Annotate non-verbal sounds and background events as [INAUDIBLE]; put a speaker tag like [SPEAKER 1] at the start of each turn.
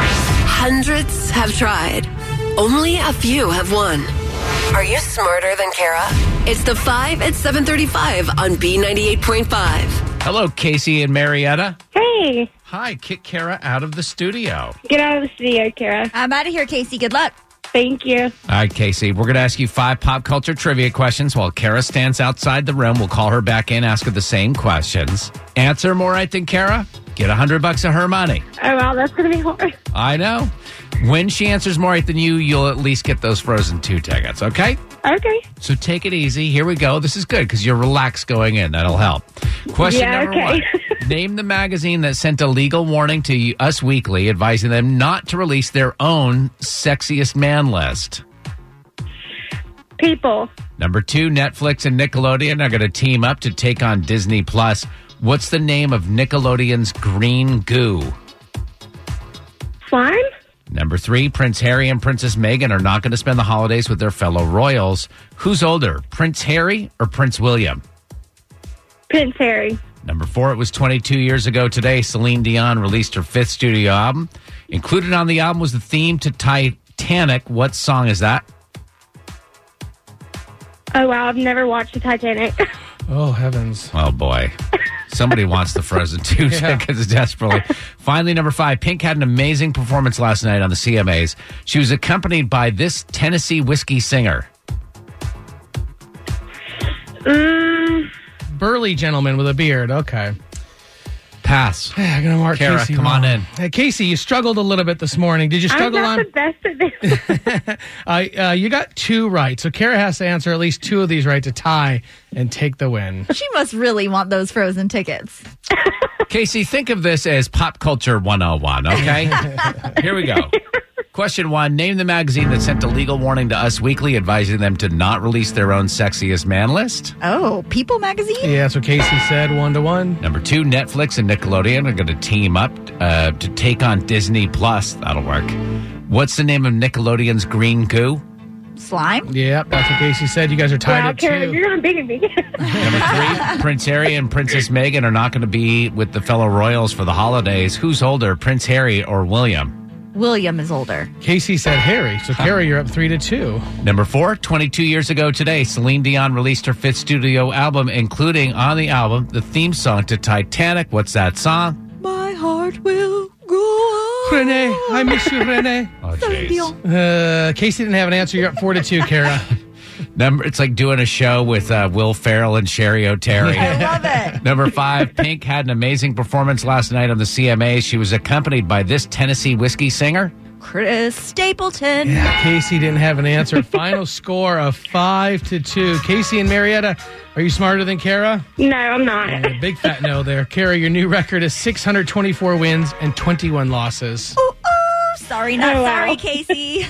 [SPEAKER 1] Hundreds have tried. Only a few have won. Are you smarter than Kara? It's the 5 at 735 on B98.5.
[SPEAKER 2] Hello, Casey and Marietta.
[SPEAKER 3] Hey,
[SPEAKER 2] Hi, kick Kara out of the studio.
[SPEAKER 3] get out of the studio, Kara.
[SPEAKER 4] I'm out of here, Casey. Good luck.
[SPEAKER 3] Thank you.
[SPEAKER 2] All right, Casey, we're going to ask you five pop culture trivia questions while Kara stands outside the room. We'll call her back in, ask her the same questions. Answer more right than Kara, get a hundred bucks of her money.
[SPEAKER 3] Oh, wow, that's going to be hard.
[SPEAKER 2] I know. When she answers more right than you, you'll at least get those Frozen 2 tickets, okay?
[SPEAKER 3] Okay.
[SPEAKER 2] So take it easy. Here we go. This is good because you're relaxed going in. That'll help. Question
[SPEAKER 3] Yeah,
[SPEAKER 2] number
[SPEAKER 3] okay. [LAUGHS]
[SPEAKER 2] one Name the magazine that sent a legal warning to Us Weekly advising them not to release their own sexiest man list.
[SPEAKER 3] People,
[SPEAKER 2] Number two, Netflix and Nickelodeon are going to team up to take on Disney Plus. What's the name of Nickelodeon's green goo?
[SPEAKER 3] slime,
[SPEAKER 2] Number three, Prince Harry and Princess Meghan are not going to spend the holidays with their fellow royals. Who's older, Prince Harry or Prince William?
[SPEAKER 3] Prince Harry,
[SPEAKER 2] Number four, it was 22 years ago today. Celine Dion released her fifth studio album. Included on the album was the theme to Titanic. What song is that?
[SPEAKER 3] Oh, wow, I've never watched the Titanic. [LAUGHS]
[SPEAKER 5] Oh heavens!
[SPEAKER 2] Oh boy. Somebody wants the Frozen 2 tickets desperately. Finally, number five, Pink had an amazing performance last night on the CMAs. She was accompanied by this Tennessee whiskey singer.
[SPEAKER 3] Mm,
[SPEAKER 5] Burly gentleman with a beard. Okay,
[SPEAKER 2] Pass.
[SPEAKER 5] I'm [SIGHS] gonna mark
[SPEAKER 2] Kara,
[SPEAKER 5] Casey.
[SPEAKER 2] come on
[SPEAKER 5] wrong.
[SPEAKER 2] in.
[SPEAKER 5] Hey, Casey, you struggled a little bit this morning. Did you
[SPEAKER 3] I'm
[SPEAKER 5] struggle
[SPEAKER 3] not
[SPEAKER 5] on?
[SPEAKER 3] the best at
[SPEAKER 5] [LAUGHS]
[SPEAKER 3] this.
[SPEAKER 5] I uh, you got two right, so Kara has to answer at least two of these right to tie and take the win. [LAUGHS]
[SPEAKER 4] She must really want those frozen tickets.
[SPEAKER 2] Casey, think of this as pop culture 101, okay? Here we go. Question one Name the magazine that sent a legal warning to Us Weekly advising them to not release their own sexiest man list.
[SPEAKER 4] Oh, People Magazine?
[SPEAKER 5] Yeah, so Casey said one to one.
[SPEAKER 2] Number two, Netflix and Nickelodeon are going to team up uh, to take on Disney Plus. That'll work. What's the name of Nickelodeon's green goo?
[SPEAKER 4] Slime?
[SPEAKER 5] Yep, that's what Casey said. You guys are tied
[SPEAKER 3] wow,
[SPEAKER 5] at
[SPEAKER 3] Kara,
[SPEAKER 5] two.
[SPEAKER 3] you're on beating me. [LAUGHS]
[SPEAKER 2] Number three, Prince Harry and Princess Meghan are not going to be with the fellow royals for the holidays. Who's older, Prince Harry or William?
[SPEAKER 4] William is older.
[SPEAKER 5] Casey said Harry, so Kara, you're up three to two.
[SPEAKER 2] Number four, 22 years ago today, Celine Dion released her fifth studio album, including on the album the theme song to Titanic. What's that song?
[SPEAKER 4] My heart will go on.
[SPEAKER 5] Renee, I miss you, Renee.
[SPEAKER 2] Oh, jeez.
[SPEAKER 5] [LAUGHS] Uh, Casey didn't have an answer. You're up four to two, [LAUGHS] Kara.
[SPEAKER 2] Number, it's like doing a show with uh, Will Ferrell and Sherry O'Terry.
[SPEAKER 5] [LAUGHS]
[SPEAKER 4] I love it.
[SPEAKER 2] Number five, Pink had an amazing performance last night on the CMA. She was accompanied by this Tennessee whiskey singer.
[SPEAKER 4] Chris Stapleton.
[SPEAKER 5] Casey didn't have an answer. Final score of five to two. Casey and Marietta, are you smarter than Kara?
[SPEAKER 3] no, I'm not.
[SPEAKER 5] A big fat no there. Kara, your new record is 624 wins and 21 losses.
[SPEAKER 4] Ooh, ooh, sorry, not
[SPEAKER 3] Oh, wow.
[SPEAKER 4] sorry, Casey.